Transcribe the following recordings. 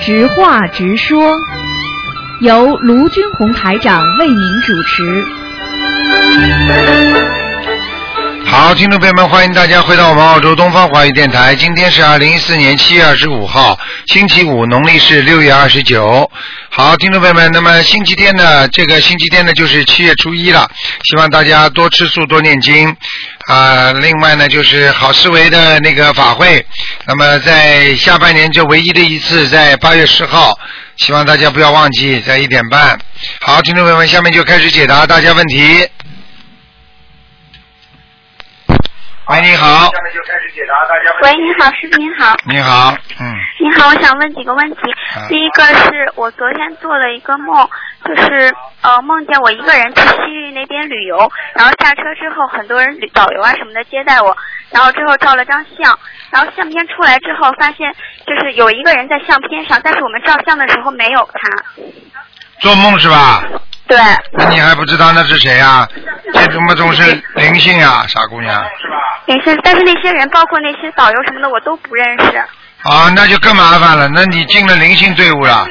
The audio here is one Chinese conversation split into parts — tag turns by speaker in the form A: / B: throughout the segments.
A: 直话直说，由卢军红台长为您主持。
B: 好，听众朋友们，欢迎大家回到我们澳洲东方华语电台。今天是二零一四年七月二十五号，星期五，农历是六月二十九。好，听众朋友们，那么星期天呢，这个星期天呢就是七月初一了，希望大家多吃素，多念经啊、另外呢，就是好思维的那个法会，那么在下半年这唯一的一次，在八月十号，希望大家不要忘记，在一点半。好，听众朋友们，下面就开始解答大家问题。喂，你好。
C: 喂，你好，师傅您好，
B: 你好，嗯，
C: 你好，我想问几个问题。
B: 啊
C: 第一个是我昨天做了一个梦，就是呃梦见我一个人去西域那边旅游，然后下车之后很多人旅导游啊什么的接待我，然后之后照了张相，然后相片出来之后发现就是有一个人在相片上，但是我们照相的时候没有他。
B: 做梦是吧？
C: 对，
B: 那你还不知道那是谁啊？这他妈总是灵性啊，傻姑娘。
C: 也是，但是那些人包括那些导游什么的我都不认识。
B: 啊，那就更麻烦了。那你进了灵性队伍了？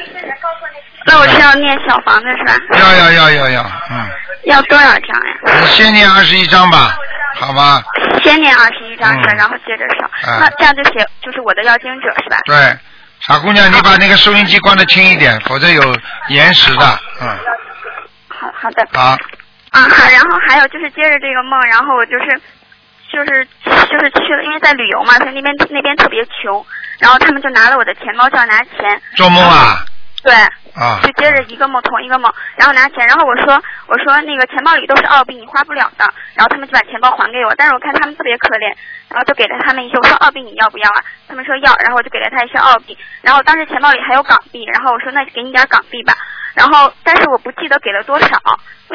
C: 那我是要念小房子是吧？
B: 要要要要要，嗯，
C: 要多少张呀？
B: 你先念二十一章吧，好吧？
C: 先念二十一章是吧，
B: 嗯
C: 然后接着上，
B: 嗯
C: 那这样就写就是我的要经者是吧？
B: 对，傻姑娘，你把那个收音机关的轻一点，否则有延时的。嗯，
C: 好好的
B: 好，
C: 啊，好，然后还有就是接着这个梦，然后我就是就是就是去了，因为在旅游嘛，所以那边那边特别穷，然后他们就拿了我的钱包叫拿钱，
B: 做梦啊
C: 对，
B: 啊
C: 就接着一个梦同一个梦，然后拿钱，然后我说我说那个钱包里都是澳币，你花不了的，然后他们就把钱包还给我，但是我看他们特别可怜，然后就给了他们一些，我说澳币你要不要啊？他们说要，然后我就给了他一些澳币，然后当时钱包里还有港币，然后我说那给你点港币吧，然后但是我不记得给了多少，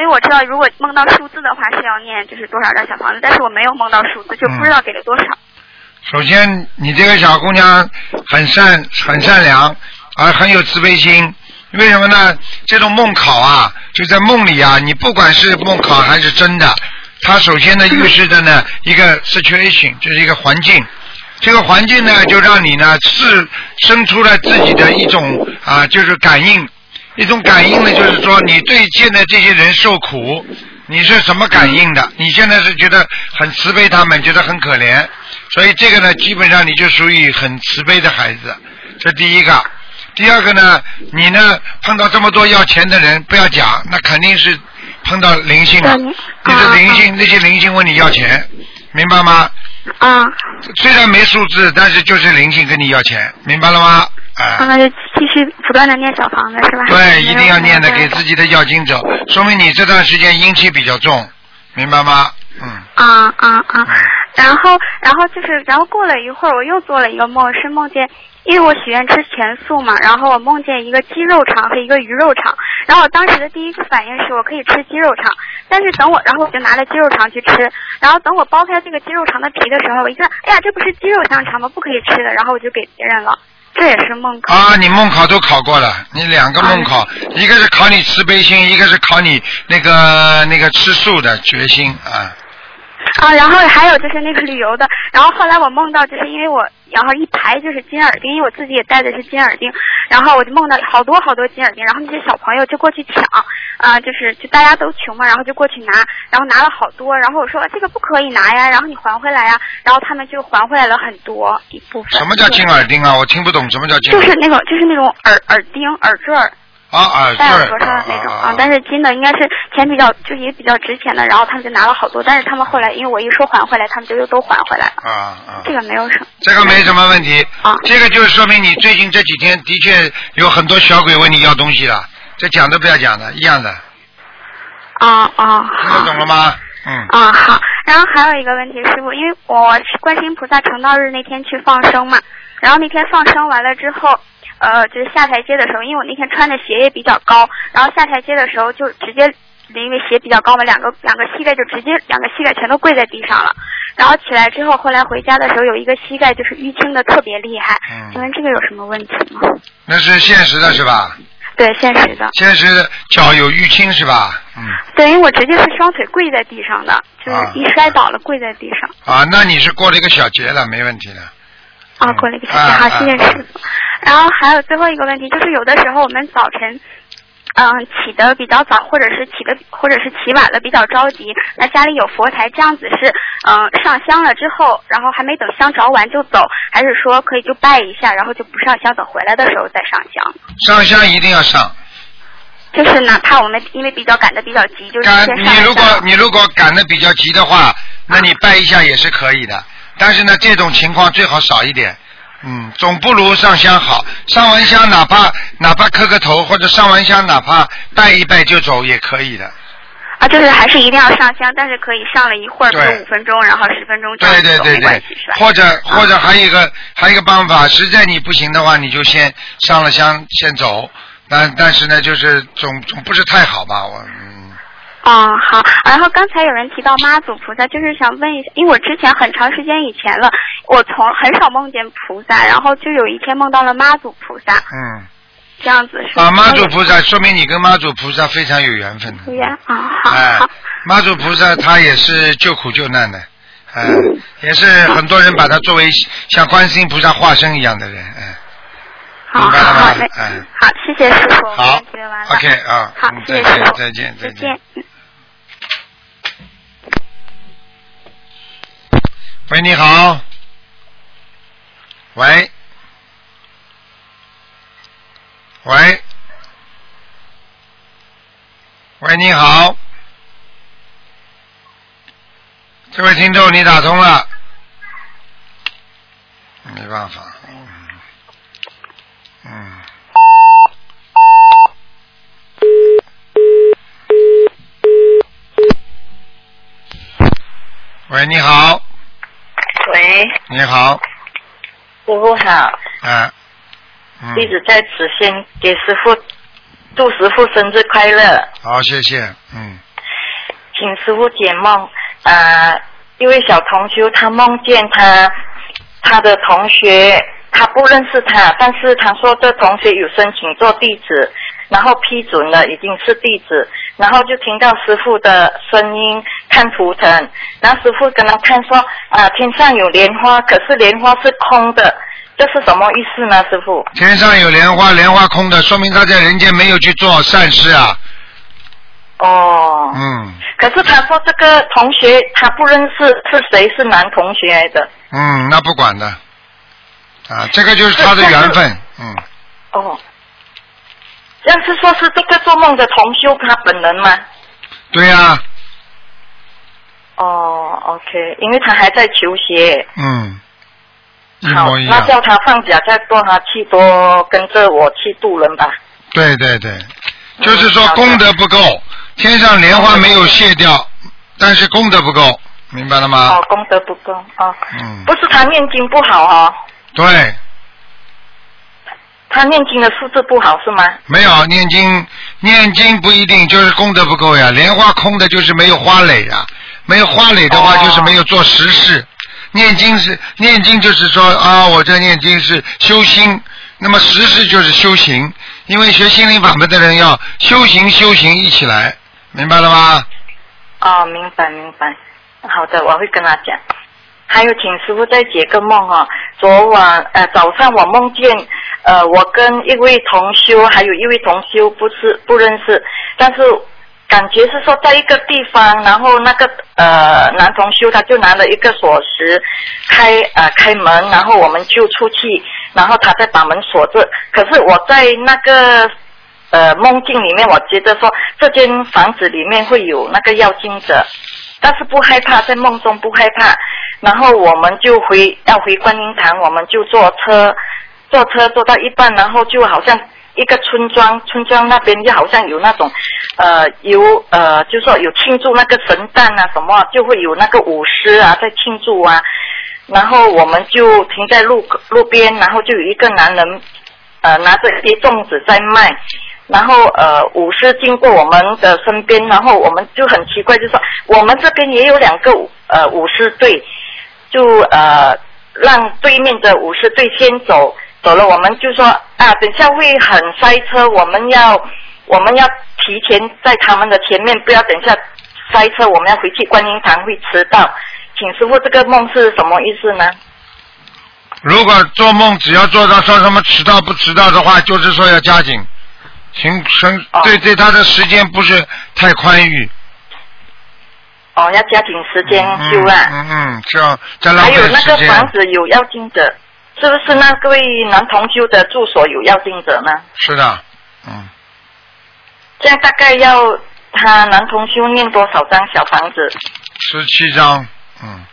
C: 因为我知道如果梦到数字的话是要念就是多少张小房子，但是我没有梦到数字，就不知道给了多少。
B: 首先，你这个小姑娘很善很善良，而很有慈悲心。为什么呢？这种梦考啊，就在梦里啊，你不管是梦考还是真的，它首先呢预示着呢一个 situation，就是一个环境。这个环境呢，就让你呢是生出了自己的一种啊，就是感应。一种感应呢，就是说你对现在这些人受苦，你是什么感应的？你现在是觉得很慈悲他们，觉得很可怜，所以这个呢，基本上你就属于很慈悲的孩子，这第一个。第二个呢，你呢碰到这么多要钱的人，不要讲，那肯定是碰到灵性了
C: 对你，
B: 你的
C: 啊
B: 灵性那些灵性问你要钱，明白吗？
C: 啊，
B: 虽然没数字，但是就是灵性跟你要钱，明白了吗？哎、
C: 那就继续不断的念小房子是吧？
B: 对，一定要念的，给自己的要经者，说明你这段时间阴气比较重，明白吗？嗯，
C: 啊啊啊
B: 嗯！
C: 然后，然后就是，然后过了一会儿，我又做了一个梦，是梦见，因为我许愿吃全素嘛，然后我梦见一个鸡肉肠和一个鱼肉肠，然后我当时的第一个反应是我可以吃鸡肉肠，但是等我，然后我就拿了鸡肉肠去吃，然后等我剥开这个鸡肉肠的皮的时候，我一看，哎呀，这不是鸡肉香肠吗？不可以吃的，然后我就给别人了，这也是梦考。
B: 啊，你梦考都考过了，你两个梦
C: 啊
B: 考，一个是考你慈悲心，一个是考你那个那个吃素的决心啊。
C: 啊，然后还有就是那个旅游的，然后后来我梦到，就是因为我，然后一排就是金耳钉，因为我自己也戴的是金耳钉，然后我就梦到好多好多金耳钉，然后那些小朋友就过去抢，啊、就是就大家都穷嘛，然后就过去拿，然后拿了好多，然后我说哎这个不可以拿呀，然后你还回来呀，然后他们就还回来了很多一部分。
B: 什么叫金？耳钉啊？我听不懂什么叫金
C: 就
B: 耳
C: 是那个，就是那种耳耳钉、耳坠儿，
B: 啊耳坠
C: 戴耳
B: 儿
C: 朵上的那种
B: 啊
C: 啊，但是金的应该是钱比较，就也比较值钱的，然后他们就拿了好多，但是他们后来因为我一说还回来，他们就又都还回来了。
B: 啊啊！
C: 这个没有什么。
B: 这个没什么问题
C: 啊，
B: 这个就是说明你最近这几天的确有很多小鬼问你要东西了，这讲都不要讲的，一样的，
C: 啊啊
B: 听得
C: 好。
B: 懂了吗？嗯，
C: 啊好，然后还有一个问题，师傅，因为我是观世音菩萨成道日那天去放生嘛，然后那天放生完了之后，呃，就是下台阶的时候，因为我那天穿的鞋也比较高，然后下台阶的时候就直接，因为鞋比较高嘛，两个两个膝盖就直接两个膝盖全都跪在地上了，然后起来之后，后来回家的时候有一个膝盖就是淤青的特别厉害
B: 嗯，
C: 请问这个有什么问题吗？
B: 那是现实的是吧？
C: 对，现实的。
B: 现实脚有淤青是吧？嗯，
C: 对，因为我直接是双腿跪在地上的，就
B: 啊
C: 是一摔倒了跪在地上。
B: 啊，那你是过了一个小节了，没问题了。
C: 啊，过了一个星期，
B: 啊
C: 好，
B: 啊
C: 谢谢师傅。然后还有最后一个问题，就是有的时候我们早晨。嗯，起得比较早，或者是起的，或者是起晚了，比较着急。那家里有佛台，这样子是，嗯，上香了之后，然后还没等香着完就走，还是说可以就拜一下，然后就不上香，等回来的时候再上香？
B: 上香一定要上。
C: 就是哪怕我们因为比较赶得比较急，就是
B: 赶
C: 先上
B: 啊你如果
C: 香
B: 你如果赶得比较急的
C: 啊
B: 话，那你拜一下也是可以的。但是呢，这种情况最好少一点。嗯，总不如上香好。上完香哪怕哪怕磕个头，或者上完香哪怕拜一拜就走也可以的。
C: 啊，就是还是一定要上香，但是可以上了一会儿，比
B: 对
C: 如五分钟，然后十分钟这样
B: 对
C: 子
B: 对
C: 走
B: 对
C: 没关
B: 对
C: 系是，吧？啊
B: 或者或者还有一个还有一个办法，实在你不行的话，你就先上了香先走。但但是呢，就是总总不是太好吧，我嗯。
C: 嗯，好。然后刚才有人提到妈祖菩萨，就是想问一下，因为我之前很长时间以前了，我从很少梦见菩萨，然后就有一天梦到了妈祖菩萨，
B: 嗯，
C: 这样子是
B: 啊，妈祖菩萨说明你跟妈祖菩萨非常有缘分的。
C: 有缘啊，好
B: 哎
C: 好，
B: 妈祖菩萨他也是救苦救难的，哎、
C: 嗯
B: 也是很多人把他作为像观世音菩萨化身一样的人，哎、
C: 好
B: 明白了
C: 好
B: 吗
C: 好，那
B: 哎
C: 好，谢谢师傅，
B: 好
C: 问题问完了。
B: ，OK 啊，
C: 好
B: 嗯，
C: 谢
B: 再见
C: 谢师傅，
B: 再见再
C: 再
B: 见
C: 见。。
B: 喂，你好。喂。喂。喂，你好。这位听众，你打通了。没办法，嗯嗯。喂，你好，
D: 喂，
B: 你好，
D: 师傅好，
B: 啊，嗯，
D: 弟子在此先给师傅祝师傅生日快乐，
B: 好，谢谢，嗯，
D: 请师傅解梦。呃，一位小同修他梦见他他的同学，他不认识他，但是他说这同学有申请做弟子，然后批准了，已经是弟子，然后就听到师傅的声音，看图腾，然后师傅跟他看说啊、天上有莲花，可是莲花是空的，这是什么意思呢，师傅？
B: 天上有莲花，莲花空的，说明他在人间没有去做善事啊，
D: 哦，
B: 嗯
D: 可是他说这个同学他不认识是谁是男同学来的。
B: 嗯，那不管的，啊，这个就是他的缘分，嗯，
D: 哦，这样是说是这个做梦的同修他本人吗？
B: 嗯对啊呀、
D: 哦，OK，因为他还在求学。
B: 嗯，一
D: 好
B: 模一，
D: 那
B: 样，
D: 叫他放假再多他去多跟着我去渡人吧。
B: 对对对，就是说功德不够，天上莲花没有卸掉，但是功德不够，明白了吗
D: 哦？，功德不够哦，
B: 啊嗯，
D: 不是他念经不好哦，
B: 对，
D: 他念经的素质不好是吗？
B: 没有念经，念经不一定就是功德不够呀。莲花空的，就是没有花蕾呀。没有花蕾的话，
D: 哦
B: 就是没有做实事。念经是念经，就是说啊，我这念经是修心。那么实事就是修行，因为学心灵法门的人要修行，修行一起来，明白了吗？
D: 哦，明白明白，好的，我会跟他讲。还有，请师傅再解个梦哦。昨晚呃早上我梦见呃我跟一位同修，还有一位同修不是不认识，但是感觉是说在一个地方，然后那个呃男同修他就拿了一个锁匙开呃开门，然后我们就出去，然后他再把门锁着。可是我在那个呃梦境里面，我觉得说这间房子里面会有那个要经者，但是不害怕，在梦中不害怕。然后我们就回要回观音堂，我们就坐车，坐车坐到一半，然后就好像一个村庄，村庄那边就好像有那种呃有呃，就说有庆祝那个神诞啊什么，就会有那个舞狮啊在庆祝啊。然后我们就停在路路边，然后就有一个男人呃拿着一些粽子在卖，然后呃舞狮经过我们的身边，然后我们就很奇怪，就说我们这边也有两个舞呃舞狮队，就呃让对面的舞狮队先走，走了我们就说啊等下会很塞车，我们要我们要提前在他们的前面，不要等下塞车，我们要回去观音堂会迟到。请师傅，这个梦是什么意思呢？
B: 如果做梦只要做到说什么迟到不迟到的话，就是说要加紧，行行
D: 哦，
B: 对对，他的时间不是太宽裕。
D: 哦，要加紧时间
B: 嗯
D: 修啊。
B: 嗯嗯，这样在浪
D: 还
B: 费
D: 有那
B: 时
D: 个
B: 间。
D: 房子有要经者，是不是那位男同修的住所有要经者呢？
B: 是的，嗯，
D: 这样大概要他男同修念多少张小房子？
B: 十七章，嗯，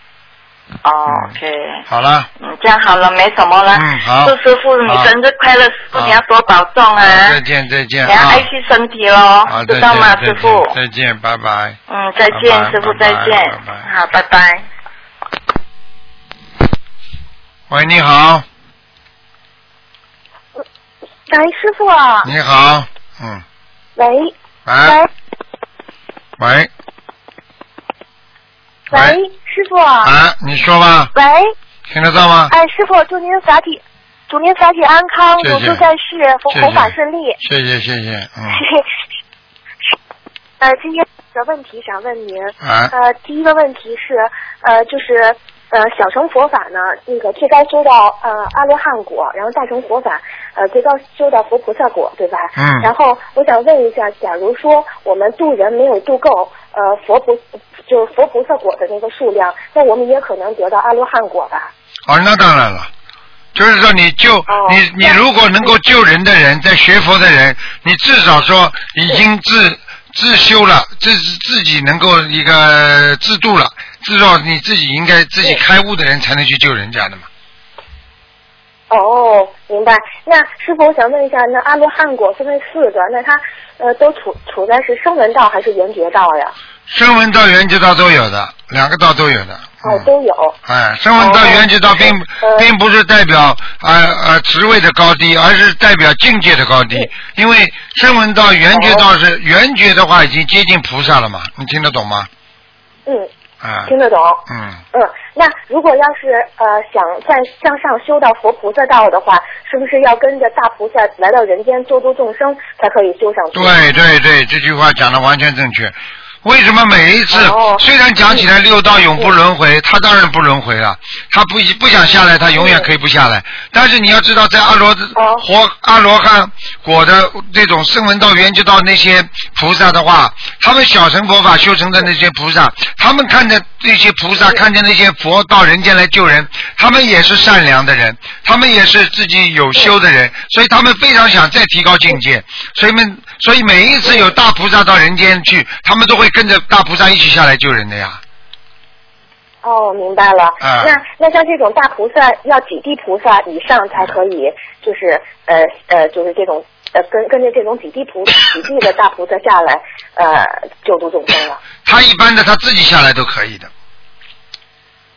D: 哦
B: 嗯
D: ，OK，
B: 好了，
D: 嗯，这样好了，没什么了。
B: 嗯好
D: 祝师傅你
B: 好
D: 生日快乐，师傅
B: 好
D: 你要多保重啊
B: 再，见再见
D: 你要
B: 啊
D: 爱，惜身体喽
B: 好，再
D: 知道
B: 见
D: 吗，
B: 再
D: 师
B: 见
D: 傅？
B: 再见，拜拜。
D: 嗯，再
B: 拜
D: 见
B: 拜，
D: 师傅
B: 拜
D: 再
B: 拜
D: 见
B: 拜拜，
D: 好，拜拜。
B: 喂，你好，
E: 喂，师傅，
B: 你好，嗯，
E: 喂，
B: 喂喂
E: 喂，师傅，
B: 啊，你说吧，
E: 喂，
B: 听得到吗？
E: 哎，师傅，祝您法体，祝您法体安康，
B: 谢谢
E: 永驻在世，弘
B: 谢谢
E: 弘法顺利。
B: 谢谢谢谢，嗯，
E: 呃，今天的问题想问您，
B: 啊，
E: 呃，第一个问题是，呃，就是呃，小乘佛法呢，那个最高修到呃阿罗汉果，然后大乘佛法，呃，最高修到佛菩萨果，对吧？
B: 嗯
E: 然后我想问一下，假如说我们度人没有度够，呃，佛菩就是佛菩萨果的那个数量，那我们也可能得到阿罗汉果吧？
B: 哦，那当然了。就是说，你救、
E: 哦
B: 你你如果能够救人的人，在学佛的人，你至少说已经自自修了，自自己能够一个自度了，至少你自己应该自己
E: 对
B: 开悟的人才能去救人家的嘛。
E: 哦，明白。那师傅，我想问一下，那阿罗汉果分为四个，那它呃都处处在是声闻道还是缘觉道呀？
B: 声闻道、缘觉道都有的，两个道都有的。
E: 哦，
B: 嗯
E: 都有。
B: 哎，声闻道、
E: 哦
B: 缘觉道并
E: 呃
B: 并不是代表呃呃职位的高低，而是代表境界的高低。因为声闻道、缘觉
E: 哦
B: 道是缘觉的话，已经接近菩萨了嘛，你听得懂吗？
E: 嗯，
B: 啊，
E: 听得懂。
B: 嗯，
E: 嗯，那如果要是呃想再向上修到佛菩萨道的话，是不是要跟着大菩萨来到人间救度众生才可以修上去？
B: 对对对，这句话讲的完全正确。为什么每一次、
E: 哦
B: 虽然讲起来六道永不轮回，他当然不轮回了，他不不想下来，他永远可以不下来。但是你要知道，在阿罗、
E: 哦
B: 活阿罗汉果的这种声闻道、缘觉道那些菩萨的话，他们小乘佛法修成的那些菩萨，他们看着那些菩萨，看见那些佛到人间来救人，他们也是善良的人，他们也是自己有修的人，所以他们非常想再提高境界，所以们所以每一次有大菩萨到人间去，他们都会跟着大菩萨一起下来救人的呀。
E: 哦，明白了。
B: 啊
E: 那那像这种大菩萨，要几地菩萨以上才可以，就是呃呃，就是这种呃跟跟着这种几地菩几地的大菩萨下来，呃救度众生了。
B: 他一般的他自己下来都可以的，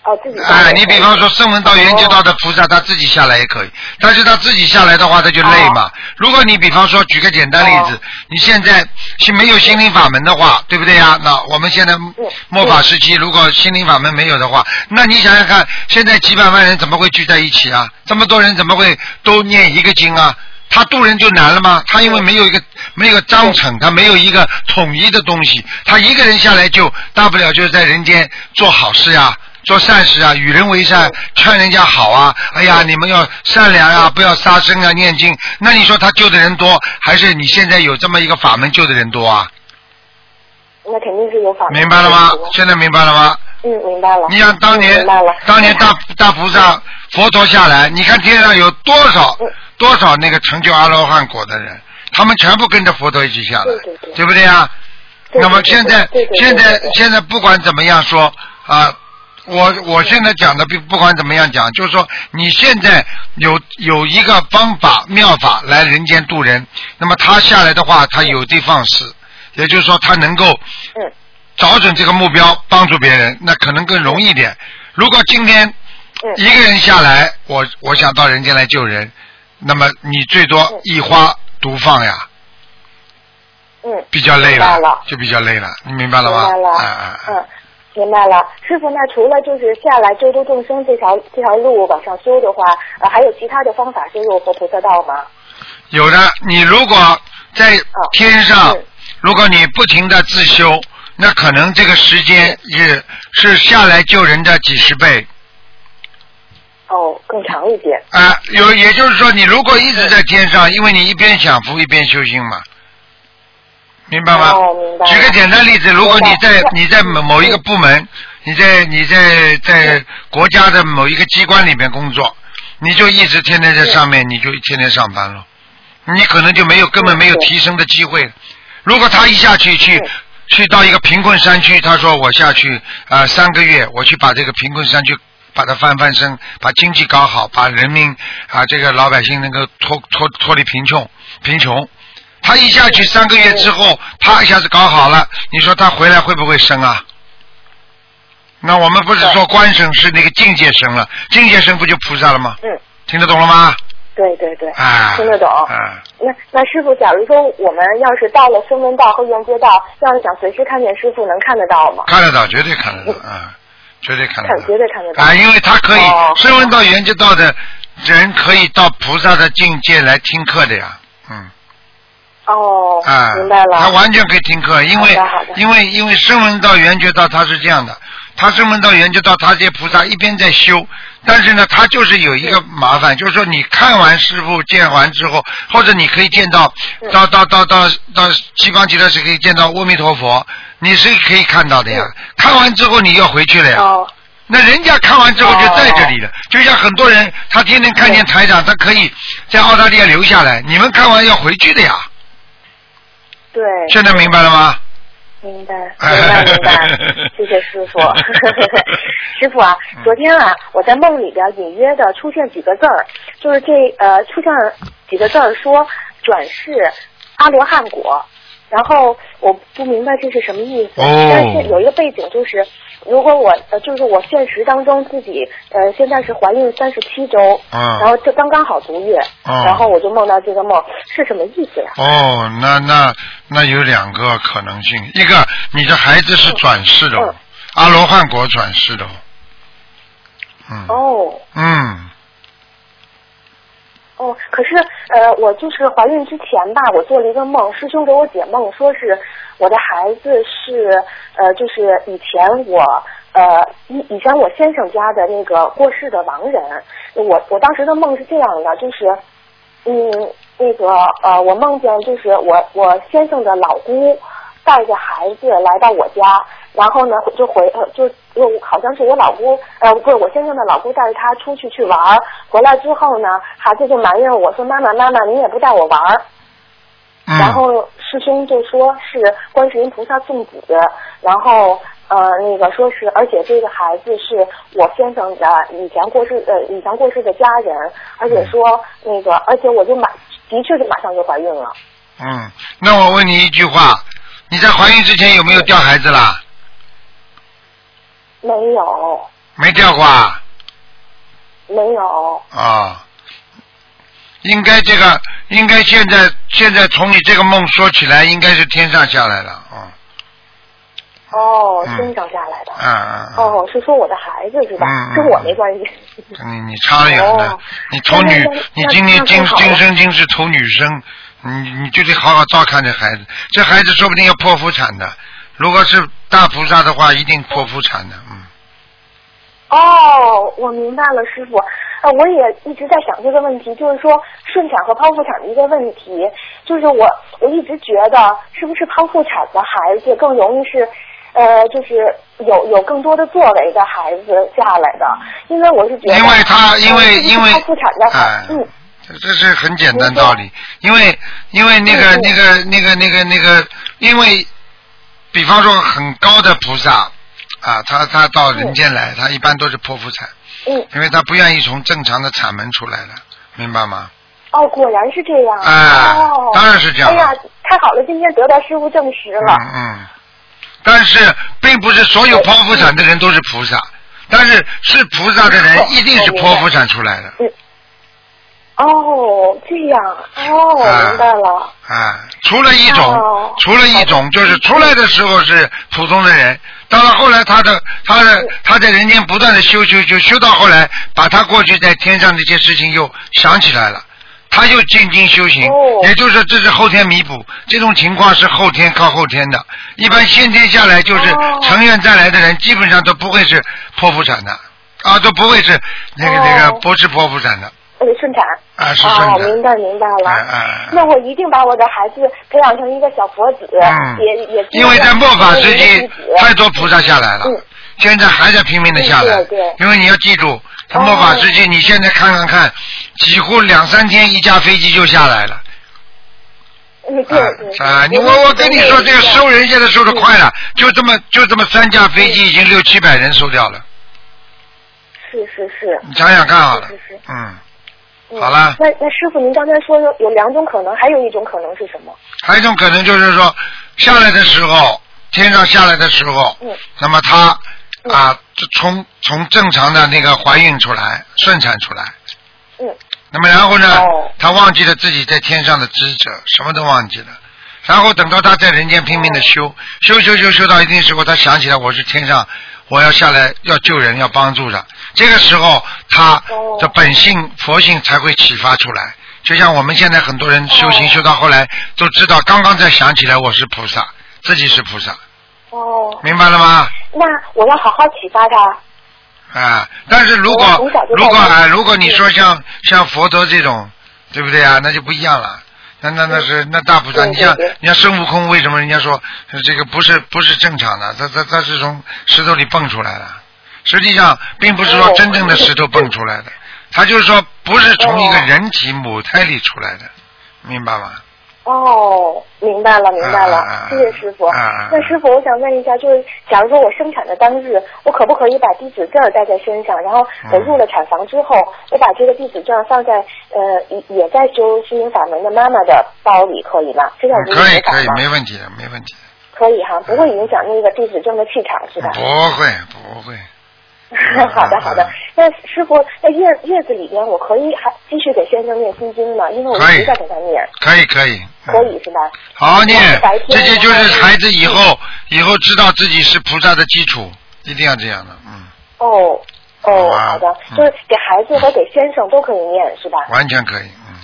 E: 哦，自己
B: 哎，你比方说声闻道、缘觉道的菩萨，他自己下来也可以，但是他自己下来的话，他就累嘛。如果你比方说举个简单例子
E: 哦，
B: 你现在是没有心灵法门的话，对不对呀？那我们现在末法时期，如果心灵法门没有的话，那你想想看，现在几百万人怎么会聚在一起啊？这么多人怎么会都念一个经啊？他渡人就难了吗？他因为没有一个没有一个章程，他没有一个统一的东西，他一个人下来就大不了就是在人间做好事呀、做善事啊，与人为
E: 嗯
B: 善，劝人家好啊。哎呀，你们要善良啊，不要杀生啊，念经。那你说他救的人多，还是你现在有这么一个法门救的人多啊？
E: 那肯定是有法门
B: 明白了吗
E: 的菩萨？
B: 现在明白了吗？
E: 嗯，明白了。
B: 你想当
E: 嗯
B: 年
E: 明白了，
B: 当年大大菩萨佛陀下来，你看天上有多少
E: 嗯
B: 多少那个成就阿罗汉果的人，他们全部跟着佛陀一起下来，
E: 对对对
B: 不对啊呀？
E: 对对对
B: 那么现在
E: 对对对
B: 现在
E: 对对
B: 现在不管怎么样说啊。我我现在讲的不不管怎么样讲，就是说你现在有有一个方法妙法来人间度人，那么他下来的话，他有的放矢，也就是说他能够
E: 嗯
B: 找准这个目标，帮助别人，那可能更容易一点。如果今天
E: 嗯
B: 一个人下来，我我想到人间来救人，那么你最多
E: 嗯
B: 一花独放呀，
E: 嗯，
B: 比较累了
E: 明白了，
B: 就比较累了，你明白了吗？
E: 明白了，
B: 啊啊啊！
E: 嗯，明白了。师傅，那除了就是下来救度众生这条这条路往上修的话，呃，还有其他的方法修入佛菩萨道吗？
B: 有的，你如果在天上
E: 嗯，
B: 如果你不停的自修，那可能
E: 嗯
B: 这个时间是是下来救人的几十倍。
E: 哦，更长一些。
B: 啊、有也就是说，你如果一直
E: 嗯
B: 在天上，因为你一边享福一边修心嘛，明白吗？
E: 哦，明白了。
B: 举个简单例子，如果你在
E: 明白嗯
B: 你在某某一个部门，你在你在在国家的某一个机关里面工作，你就一直天天
E: 嗯
B: 在上面，你就天天上班了，你可能就没有根本没有
E: 对
B: 提升的机会。如果他一下去去
E: 对
B: 去到一个贫困山区，他说我下去啊、呃三个月，我去把这个贫困山区把它翻翻身，把经济搞好，把人民啊、这个老百姓能够脱脱脱离贫穷贫穷。他一下去三个月之后，啪一下子搞好了，你说他回来会不会生啊？那我们不是说官神是那个境界神了，境界神不就菩萨了吗？
E: 嗯，
B: 听得懂了吗？
E: 对对对，
B: 啊，
E: 听得懂。
B: 啊，
E: 那那师傅，假如说我们要是到了声闻道和沿街道，要是想随时看见师傅，能看得到吗？
B: 看得到，绝对看得到，啊，绝对看得
E: 嗯看
B: 到。
E: 绝对看得到。
B: 啊，因为他可以
E: 哦
B: 声闻到缘觉道的人，可以到菩萨的境界来听课的呀。嗯
E: 哦，
B: 啊，
E: 明白
B: 他
E: 了。
B: 完全可以听课，因为
E: 好的好的
B: 因为因为声闻到缘觉道他是这样的，他声闻到缘觉道他这些菩萨一边在修，但是呢，他就是有一个麻烦，就是说你看完师傅见完之后，或者你可以见到
E: 嗯
B: 到到到到到西方极乐是可以见到阿弥陀佛，你是可以看到的呀。看完之后你要回去了呀。
E: 哦，
B: 那人家看完之后就在这里了，就像很多人他天天看见台长，他可以在澳大利亚留下来。你们看完要回去的呀，
E: 对，
B: 现在明白了吗？
E: 明 白，明白，明白。谢谢师傅。师傅啊，
B: 嗯
E: 昨天啊，我在梦里边隐约的出现几个字儿，就是这呃，出现几个字儿说转世阿罗汉果。然后我不明白这是什么意思，
B: 哦
E: 但是有一个背景就是，如果我呃就是我现实当中自己呃现在是怀孕三十七周，
B: 嗯
E: 然后这刚刚好足月，
B: 哦
E: 然后我就梦到这个梦是什么意思呀、
B: 哦，那那那有两个可能性，一个你的孩子是转世的哦，
E: 嗯
B: 阿罗汉果转世的哦，嗯、
E: 哦，
B: 嗯，
E: 哦，可是呃，我就是怀孕之前吧，我做了一个梦，师兄给我解梦，说是我的孩子是呃，就是以前我呃以以前我先生家的那个过世的亡人，我我当时的梦是这样的，就是嗯，那个呃，我梦见就是我我先生的老姑带着孩子来到我家，然后呢就回呃就又好像是我老姑呃不是我先生的老姑带着他出去去玩儿，回来之后呢，孩子就埋怨我说妈妈妈妈你也不带我玩儿，
B: 嗯
E: 然后师兄就说是观世音菩萨送子，然后呃那个说是，而且这个孩子是我先生的以前过世呃以前过世的家人，而且说那个，而且我就马的确是马上就怀孕了，
B: 嗯，那我问你一句话，你在怀孕之前有没有掉孩子啦？
E: 没有
B: 没掉过啊？
E: 没有
B: 啊，应该这个，应该现在现在从你这个梦说起来，应该是天上下来了，啊
E: 哦，
B: 嗯
E: 生长下来的。
B: 啊啊！啊，
E: 哦，是说我的孩子是吧？
B: 嗯嗯
E: 跟我没关系。
B: 哎你你差远了，
E: 哦
B: 你投女
E: 那那那，
B: 你今年
E: 那
B: 今
E: 那更好
B: 今
E: 了
B: 生今世投女生，你你就得好好照看这孩子，这孩子说不定要剖腹产的，如果是大菩萨的话，一定剖腹产的，嗯。
E: 哦，我明白了，师傅。呃，我也一直在想这个问题，就是说顺产和剖腹产的一个问题。就是我我一直觉得，是不是剖腹产的孩子更容易是，呃，就是有有更多的作为的孩子下来的？因为我是觉得，
B: 因为他因为
E: 嗯
B: 因为
E: 剖腹产的孩
B: 哎，
E: 嗯，
B: 这这是很简单道理，因为因为那个
E: 嗯嗯
B: 那个那个那个那个，因为比方说很高的菩萨啊，他他到人间来，他一般都是剖腹产，
E: 嗯，
B: 因为他不愿意从正常的产门出来了，明白吗？
E: 哦，果然是这样。
B: 哎
E: 哦，
B: 当然是这样
E: 哎呀，太好了，今天得到师傅证实了。
B: 嗯嗯，但是并不是所有剖腹产的人都是菩萨，但是是菩萨的人一定嗯是剖腹产出来的
E: 哦，这样。哦，
B: 哎
E: 明白了。
B: 啊，除了一种，
E: 哦
B: 除了一种，就是出来的时候是普通的人，到了后来他的他的他在人间不断的修修修，修到后来把他过去在天上那些事情又想起来了，他又进京修行，
E: 哦
B: 也就是说这是后天弥补，这种情况是后天靠后天的，一般先天下来就是
E: 哦
B: 成愿再来的人，基本上都不会是剖腹产的，啊，都不会是那个
E: 哦
B: 那个不是剖腹产的
E: 呃，顺产。
B: 啊，是顺
E: 哦，
B: 产
E: 明白明白了。
B: 哎哎哎
E: 那我一定把我的孩子培养成一个小佛子，
B: 嗯
E: 也也
B: 因为在末法时期，太
E: 太
B: 多菩萨下来了，
E: 嗯
B: 现在还在拼命的下来
E: 对对。哦
B: 因为你要记住，在末法时期，你现在看看看，几乎两三天一架飞机就下来了。
E: 嗯，对对
B: 啊啊！你我我跟你说，这个收人现在
E: 嗯
B: 收的快了，就这么就这么三架飞机已经六七百人收掉了，
E: 是是是，
B: 你想想看好了
E: 是是是。
B: 嗯，
E: 嗯
B: 好了
E: 那那师傅，您刚才说有有两种可能，还有一种可能是什么？
B: 还有一种可能就是说，下来的时候，天上下来的时候，
E: 嗯
B: 那么她啊，就从从正常的那个怀孕出来，顺产出来。
E: 嗯，
B: 那么然后呢
E: 哦，
B: 她忘记了自己在天上的职责，什么都忘记了。然后等到她在人间拼命的
E: 哦
B: 修，修修修修到一定时候，她想起来我是天上，我要下来要救人，要帮助的。这个时候，她
E: 哦
B: 的本性佛性才会启发出来。就像我们现在很多人修行
E: 哦
B: 修到后来，都知道刚刚才想起来我是菩萨，自己是菩萨，
E: 哦，
B: 明白了吗？
E: 那我要好好启发他。
B: 啊，但是如果
E: 我从小就
B: 如果
E: 在
B: 啊，
E: 练
B: 如果你说像像佛陀这种，对不对啊？那就不一样了。那那那是那大菩萨，
E: 嗯对
B: 你像
E: 对对
B: 你像孙悟空，为什么人家说呃这个不是不是正常的？他他他是从石头里蹦出来的，实际上并不是说
E: 哦
B: 真正的石头蹦出来的，他就是说不是从一个
E: 哦
B: 人体母胎里出来的，明白吗？
E: 哦，明白了，明白了，
B: 啊
E: 谢谢师傅。
B: 啊
E: 那师傅，我想问一下，就是假如说我生产的当日，我可不可以把地址证儿带在身上？然后
B: 嗯
E: 我入了产房之后，我把这个地址证儿放在呃也也在修心灵法门的妈妈的包里，可以吗？这叫如
B: 嗯可
E: 理
B: 以
E: 如法
B: 可以，
E: 吗？
B: 没问题的，没问题的，
E: 可以哈，不会影响那个地址证的气场是吧？
B: 不会不会。嗯
E: 好的好的，那师傅，那月月子里边我可以还继续给先生念心经吗？因为我
B: 可以
E: 一直在给他念，
B: 可以可以，嗯
E: 可以是吧？
B: 好好念
E: 然后白，
B: 这
E: 天嗯
B: 些就是
E: 然后
B: 孩子以后以后知道自己是菩萨的基础，一定要这样的，嗯，
E: 哦哦，
B: 好啊
E: 好的，
B: 嗯
E: 就是给孩子和给先生都可以念是吧？
B: 完全可以，嗯，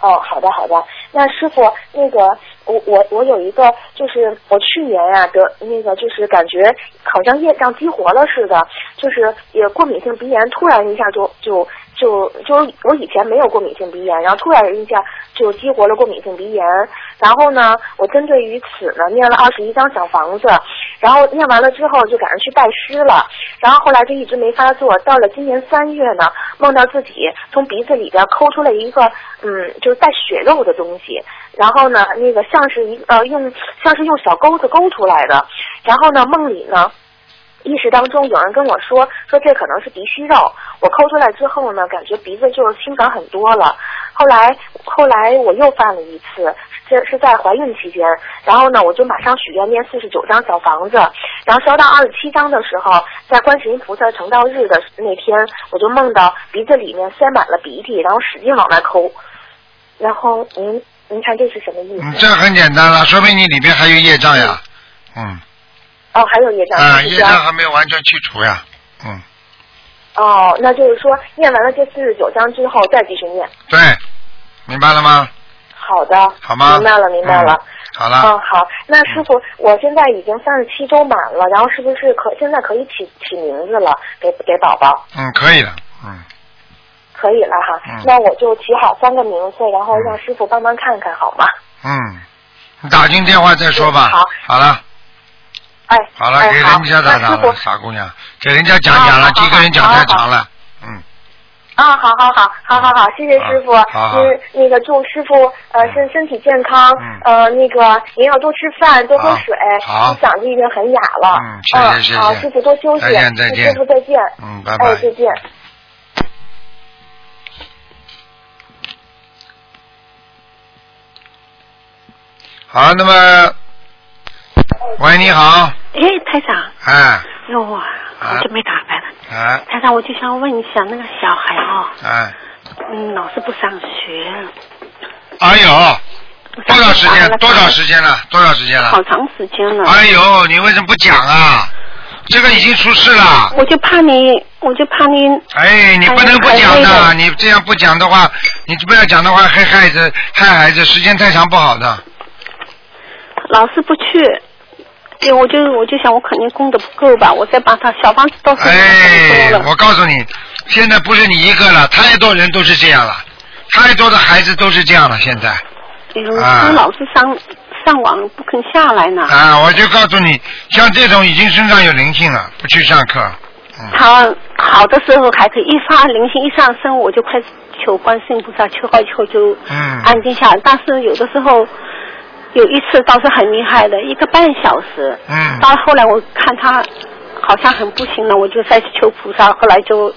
E: 哦，好的好的。那师傅，那个我我我有一个，就是我去年啊得那个就是感觉好像业障激活了似的，就是也过敏性鼻炎突然一下就就就就是我以前没有过敏性鼻炎，然后突然一下就激活了过敏性鼻炎。然后呢，我针对于此呢念了二十一张小房子，然后念完了之后就赶上去拜师了，然后后来就一直没发作，到了今年三月呢，梦到自己从鼻子里边抠出来一个，嗯，就是带血肉的东西，然后呢，那个像是一呃用像是用小钩子勾出来的，然后呢梦里呢。意识当中有人跟我说，说这可能是鼻息肉。我抠出来之后呢，感觉鼻子就是清爽很多了。后来，后来我又犯了一次，这是在怀孕期间。然后呢，我就马上许愿念四十九张小房子，然后烧到二十七章的时候，在观世音菩萨成道日的那天，我就梦到鼻子里面塞满了鼻涕，然后使劲往外抠。然后您您看这是什么意
B: 嗯，
E: 思？
B: 这很简单了，说明你里边还有业障呀，嗯，
E: 哦，还有业障，
B: 啊，
E: 是不
B: 业
E: 是啊
B: 障还没有完全去除呀，嗯，
E: 哦，那就是说念完了这四十九章之后再继续念。
B: 对，明白了吗？
E: 好的，
B: 好吗？
E: 明白了，明白了。
B: 嗯好
E: 嗯，
B: 了，
E: 好，那师傅，我现在已经三十七周满了，然后是不是可现在可以起起名字了？给给宝宝
B: 嗯，可以了，嗯，
E: 可以了哈、
B: 嗯
E: 那我就起好三个名字，然后让师傅帮忙看看好吗？
B: 嗯，你打进电话再说吧，
E: 嗯好
B: 好了。
E: 哎，
B: 好了，
E: 哎
B: 给
E: 好
B: 人家打打
E: 那师傅
B: 了，傻姑娘，给人家讲讲了，
E: 啊好
B: 一个人讲
E: 好
B: 太
E: 好
B: 长了，嗯，
E: 啊，好好好，好好好，谢谢师傅。
B: 啊好好
E: 您那个祝师傅呃身身体健康，
B: 嗯
E: 呃那个您要多吃饭，多喝水，
B: 好好
E: 嗓子已经很哑了。啊
B: 嗯谢谢谢谢
E: 好，师傅多休息，
B: 再见再见
E: 师傅再见。
B: 嗯拜拜
E: 哎，再见。
B: 好，那
E: 哎
B: 么，喂，你好，
F: 哎，台长，啊
B: 哎，
F: 哟，
B: 啊
F: 好久没打牌了。
B: 哎，
F: 台长，我就想问一下那个小孩哦，
B: 哎，
F: 嗯，老是不上学，
B: 哎呦，多少时间
F: 上？班
B: 多少时间了？多少时间了
F: 好？长时间了。
B: 哎呦，你为什么不讲啊？这个已经出事了。
F: 我就怕你，我就怕你，
B: 哎，你不能不讲
F: 哎
B: 的，
F: 哎
B: 你这样不讲的话，你不要讲的话，害孩子，害孩子，时间太长不好的。
F: 老是不去，对，我就我就想我肯定供的不够吧，我再把他小房子到时候
B: 哎
F: 太多，了。
B: 我告诉你，现在不是你一个了，太多人都是这样了，太多的孩子都是这样了。现在
F: 哎呦，
B: 啊
F: 他老是上上网不肯下来呢。
B: 啊，我就告诉你，像这种已经身上有灵性了，不去上课，嗯，
F: 他好的时候还可以，一发灵性一上升，我就开始求观世音菩萨，求好以后就
B: 嗯
F: 安静下来。但是有的时候，有一次倒是很厉害的，一个半小时。
B: 嗯
F: 到后来我看他好像很不行了，我就再去求菩萨，后来就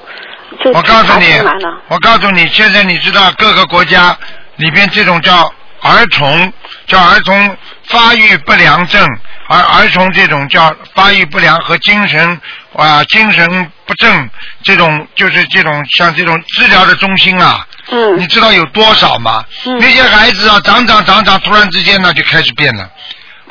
F: 就
B: 我告诉你
F: 查出来了。，
B: 我告诉你，现在你知道各个国家里边这种叫儿童，叫儿童发育不良症，而儿童这种叫发育不良和精神啊、精神不正这种，就是这种像这种治疗的中心啊，
F: 嗯
B: 你知道有多少吗？
F: 嗯
B: 那些孩子啊，长长长长，突然之间呢就开始变了，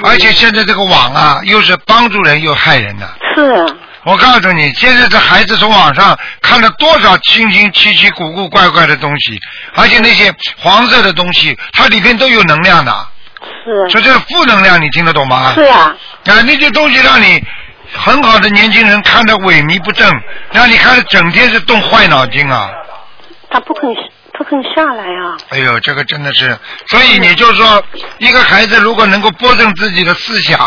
B: 而且现在这个网啊，又是帮助人又害人的、
F: 是，啊
B: 我告诉你，现在这孩子从网上看了多少新新奇奇古古怪怪的东西，而且那些黄色的东西，它里边都有能量的，
F: 是啊
B: 所以这是负能量，你听得懂吗？
F: 是呀、
B: 啊，那些东西让你很好的年轻人看得萎靡不振，让你看着整天是动坏脑筋啊。
F: 他不肯不肯下来啊。
B: 哎呦，这个真的
F: 嗯
B: 是，所以你就说，一个孩子如果能够拨正自己的思想，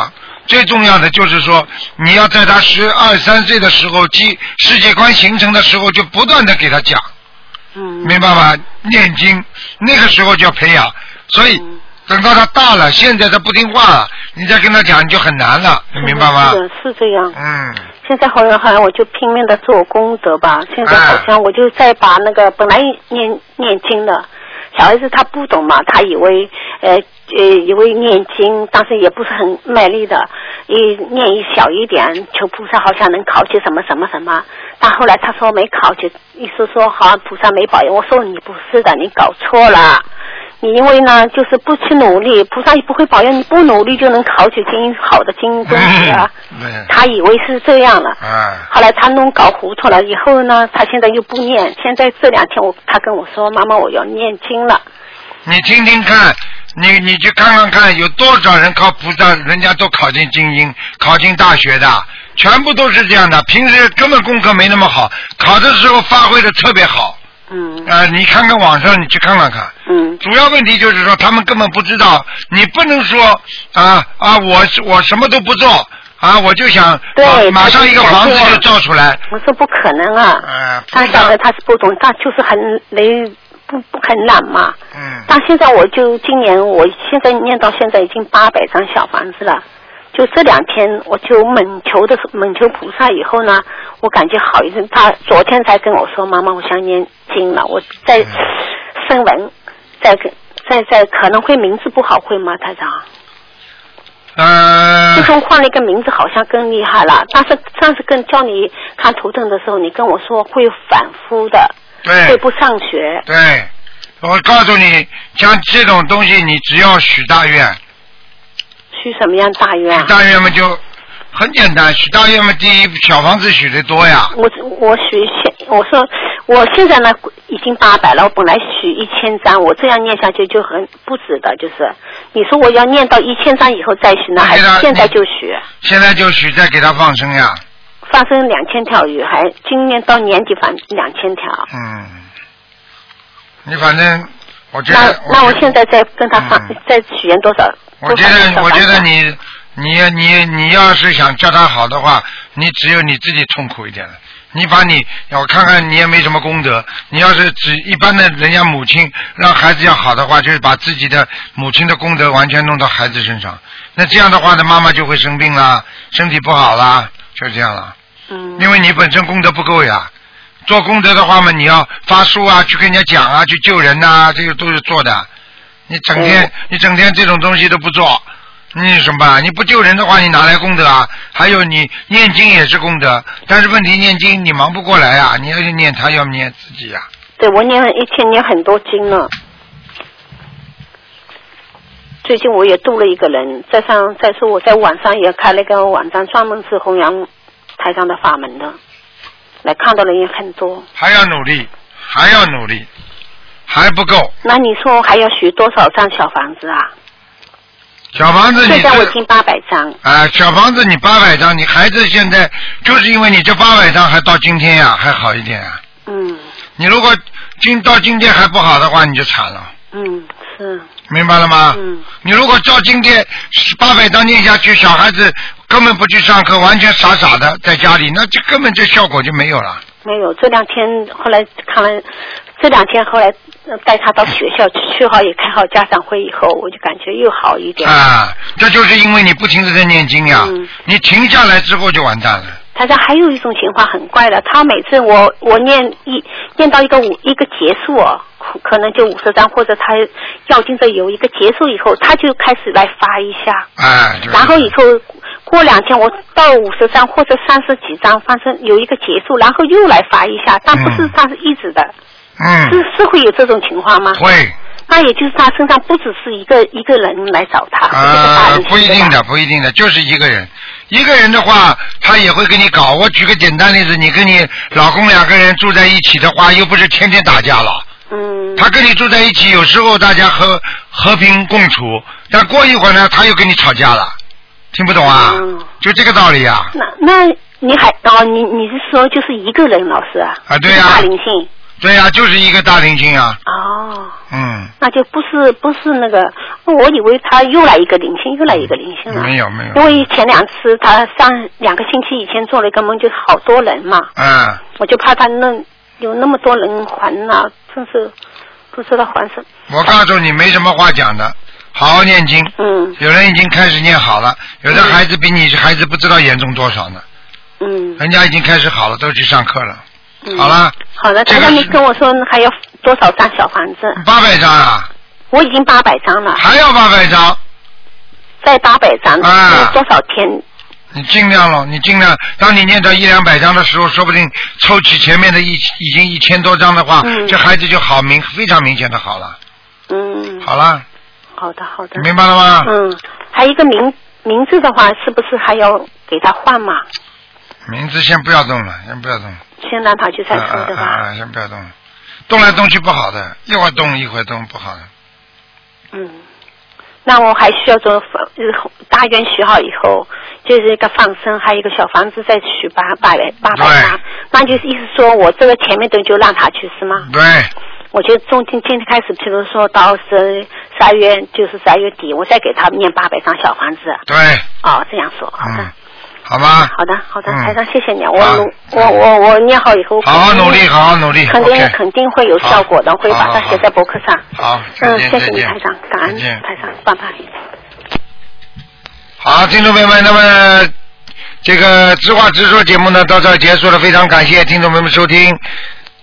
B: 最重要的就是说，你要在他十二三岁的时候，即世界观形成的时候，就不断的给他讲，
F: 嗯，
B: 明白吗？念经，那个时候就要培养，所以
F: 嗯
B: 等到他大了，现在他不听话了，你再跟他讲你就很难了，你明白吗
F: 是？的是这样。
B: 嗯，
F: 现在好像好像我就拼命的做功德吧，现在好像我就在把那个本来念念经的，小孩子他不懂嘛，他以为呃呃以为念经，但是也不是很卖力的，一念一小一点，求菩萨好像能考起什么什么什么，但后来他说没考起，意思说好像菩萨没保佑，我说你不是的，你搞错了。你因为呢，就是不去努力，菩萨也不会保佑你，不努力就能考取经好的经东西 啊。
B: 对，
F: 他以为是这样了，
B: 嗯啊，
F: 后来他弄搞糊涂了。以后呢，他现在又不念。现在这两天我他跟我说，妈妈我要念经了。
B: 你听听看，你你去看看看，有多少人靠菩萨，人家都考进精英，考进大学的，全部都是这样的。平时根本功课没那么好，考的时候发挥的特别好。
F: 嗯
B: 啊、你看看网上，你去看看看。
F: 嗯
B: 主要问题就是说，他们根本不知道，你不能说啊啊，我我什么都不做啊，我就想
F: 对
B: 啊
F: 他
B: 马上一个
F: 就是
B: 房子
F: 这样
B: 就造出来。
F: 我说不可能啊，
B: 啊，不
F: 他
B: 知
F: 晓
B: 道
F: 得他是不懂，他就是很累，不不很懒嘛。
B: 嗯，
F: 但现在我就今年，我现在念到现在已经八百张小房子了。就这两天，我就猛求的猛求菩萨以后呢，我感觉好一点。他昨天才跟我说，妈妈，我想念经了，我在
B: 嗯
F: 声闻，在跟在在可能会名字不好会吗，台长？
B: 呃嗯
F: 自，从换了一个名字，好像更厉害了。但是上次跟叫你看图腾的时候，你跟我说会反复的，
B: 对，
F: 会不上学。
B: 对，我告诉你，像这种东西，你只要许大愿，
F: 许什么样大愿
B: 许
F: 啊？
B: 大愿嘛就很简单，许大愿嘛，第一小房子许的多呀，
F: 我我许现我说我现在呢已经八百了，我本来许一千张，我这样念下去就很不值得。就是你说我要念到一千张以后再许呢，还是
B: 对的啊
F: 现在
B: 你
F: 就许？
B: 现在就许再给他放生呀，
F: 放生两千条鱼，还今年到年底反两千条。
B: 嗯，你反正我觉
F: 那
B: 得，
F: 那我
B: 觉得
F: 现在再跟他放、
B: 嗯
F: 再许愿多少？
B: 我觉
F: 多少
B: 得，
F: 张
B: 我觉得
F: 小房子
B: 你，你，你，你要是想叫他好的话，你只有你自己痛苦一点了。你把你，我看看你也没什么功德。你要是只一般的人家母亲让孩子要好的话，就是把自己的母亲的功德完全弄到孩子身上。那这样的话呢，妈妈就会生病啦，身体不好啦，就这样了。
F: 嗯
B: 因为你本身功德不够呀。做功德的话嘛，你要发书啊，去跟人家讲啊，去救人呐、这个都是做的。你整天、
F: 哦
B: 你整天这种东西都不做，你有什么办？你不救人的话，你哪来功德啊？还有你念经也是功德，但是问题念经你忙不过来啊，你要去念他，要么念自己呀、啊
F: 对，我念了一天念很多经了。最近我也度了一个人，再上再说我在网上也开了一个网站，专门是弘扬台上的法门的，来看到的人也很多。
B: 还要努力，还要努力，还不够。
F: 那你说还要许多少张小房子啊？
B: 小房子你
F: 现在我
B: 这
F: 已经八百张，
B: 啊、小房子你八百张，你孩子现在就是因为你这八百张还到今天呀、还好一点啊。
F: 嗯
B: 你如果今到今天还不好的话，你就惨了，
F: 嗯是，
B: 明白了吗？
F: 嗯
B: 你如果照今天八百张念下去，小孩子根本不去上课，完全傻傻的在家里，那这根本这效果就没有了。
F: 没有。这两天后来看了，这两天后来呃带他到学校去好也开好家长会以后，我就感觉又好一点。
B: 啊，这就是因为你不停的在念经呀、
F: 嗯
B: 你停下来之后就完蛋了。
F: 台长还有一种情况很怪的，他每次我我念一念到一个五一个结束哦，可可能就五十张，或者他要经者有一个结束以后，他就开始来发一下，
B: 哎，就是
F: 然后以后过两天我到五十张或者三十几张，反正有一个结束，然后又来发一下，但不是
B: 嗯
F: 他是一直的，
B: 嗯，
F: 是是会有这种情况吗？
B: 会
F: 那也就是他身上不只是一个一个人来找他，是这个大
B: 啊、
F: 人
B: 不一定的，不一定的，就是一个人。一个人的话，他也会跟你搞。我举个简单例子，你跟你老公两个人住在一起的话，又不是天天打架了。
F: 嗯，
B: 他跟你住在一起，有时候大家和和平共处，但过一会儿呢，他又跟你吵架了。听不懂啊
F: 嗯？
B: 就这个道理啊。
F: 那那你还哦，你你是说就是一个人，老师啊？
B: 啊对呀
F: 就是大灵性
B: 对呀、就是一个大灵性啊。
F: 哦，
B: 嗯，
F: 那就不是不是那个，我以为他又来一个灵性，又来一个灵性了。
B: 嗯没有没有
F: 因为前两次他上两个星期以前做了一个梦，就是好多人嘛，
B: 嗯，
F: 我就怕他那有那么多人还呐、真是不知道还什么。
B: 我告诉你，没什么话讲的，好好念经。
F: 嗯
B: 有人已经开始念好了，有的孩子比你孩子不知道严重多少呢。
F: 嗯。
B: 人家已经开始好了，都去上课了。
F: 嗯
B: 好。了，
F: 好的，
B: 这个
F: 台长，你
B: 是
F: 跟我说还要多少张小房子？
B: 八百张啊，
F: 我已经八百张了，
B: 还要八百张，
F: 再八百张，
B: 啊
F: 多少天？
B: 你尽量了，你尽量。当你念到一两百张的时候，说不定凑齐前面的一已经一千多张的话，
F: 嗯
B: 这孩子就好明非常明显的好了。
F: 嗯，
B: 好了，
F: 好的，好的。
B: 明白了吗？
F: 嗯，还有一个名名字的话，是不是还要给他换嘛？
B: 名字先不要动了，先不要动，
F: 先让他去
B: 啊
F: 再说
B: 啊
F: 对
B: 啊
F: 吧？
B: 啊，先不要动了，动来动去不好的，一会儿动一会儿动不好的。
F: 嗯，那我还需要做放日后大愿许好以后，就是一个放生，还有一个小房子再许八八百八百八
B: 对，
F: 那就是意思说我这个前面的就让他去是吗？
B: 对，
F: 我就从今今天开始，譬如说到十十二月，就是十二月底，我再给他念八百张小房子。
B: 对，
F: 哦，这样说，好的。
B: 嗯，好吗？
F: 好的，好的，
B: 嗯
F: 台长，谢谢你，我
B: 啊
F: 努，我我我念好以后，
B: 好好努力，好好努力，
F: 肯定嗯
B: OK
F: 肯定会有效果的，
B: 好
F: 会把
B: 好
F: 它
B: 好
F: 写在博客上。
B: 好，再
F: 嗯，
B: 见
F: 谢谢
B: 再
F: 你，
B: 见
F: 台长，感恩
B: 再见
F: 台长，拜拜。
B: 好，听众朋友们，那么这个直话直说节目呢到这儿结束了，非常感谢听众朋友们收听。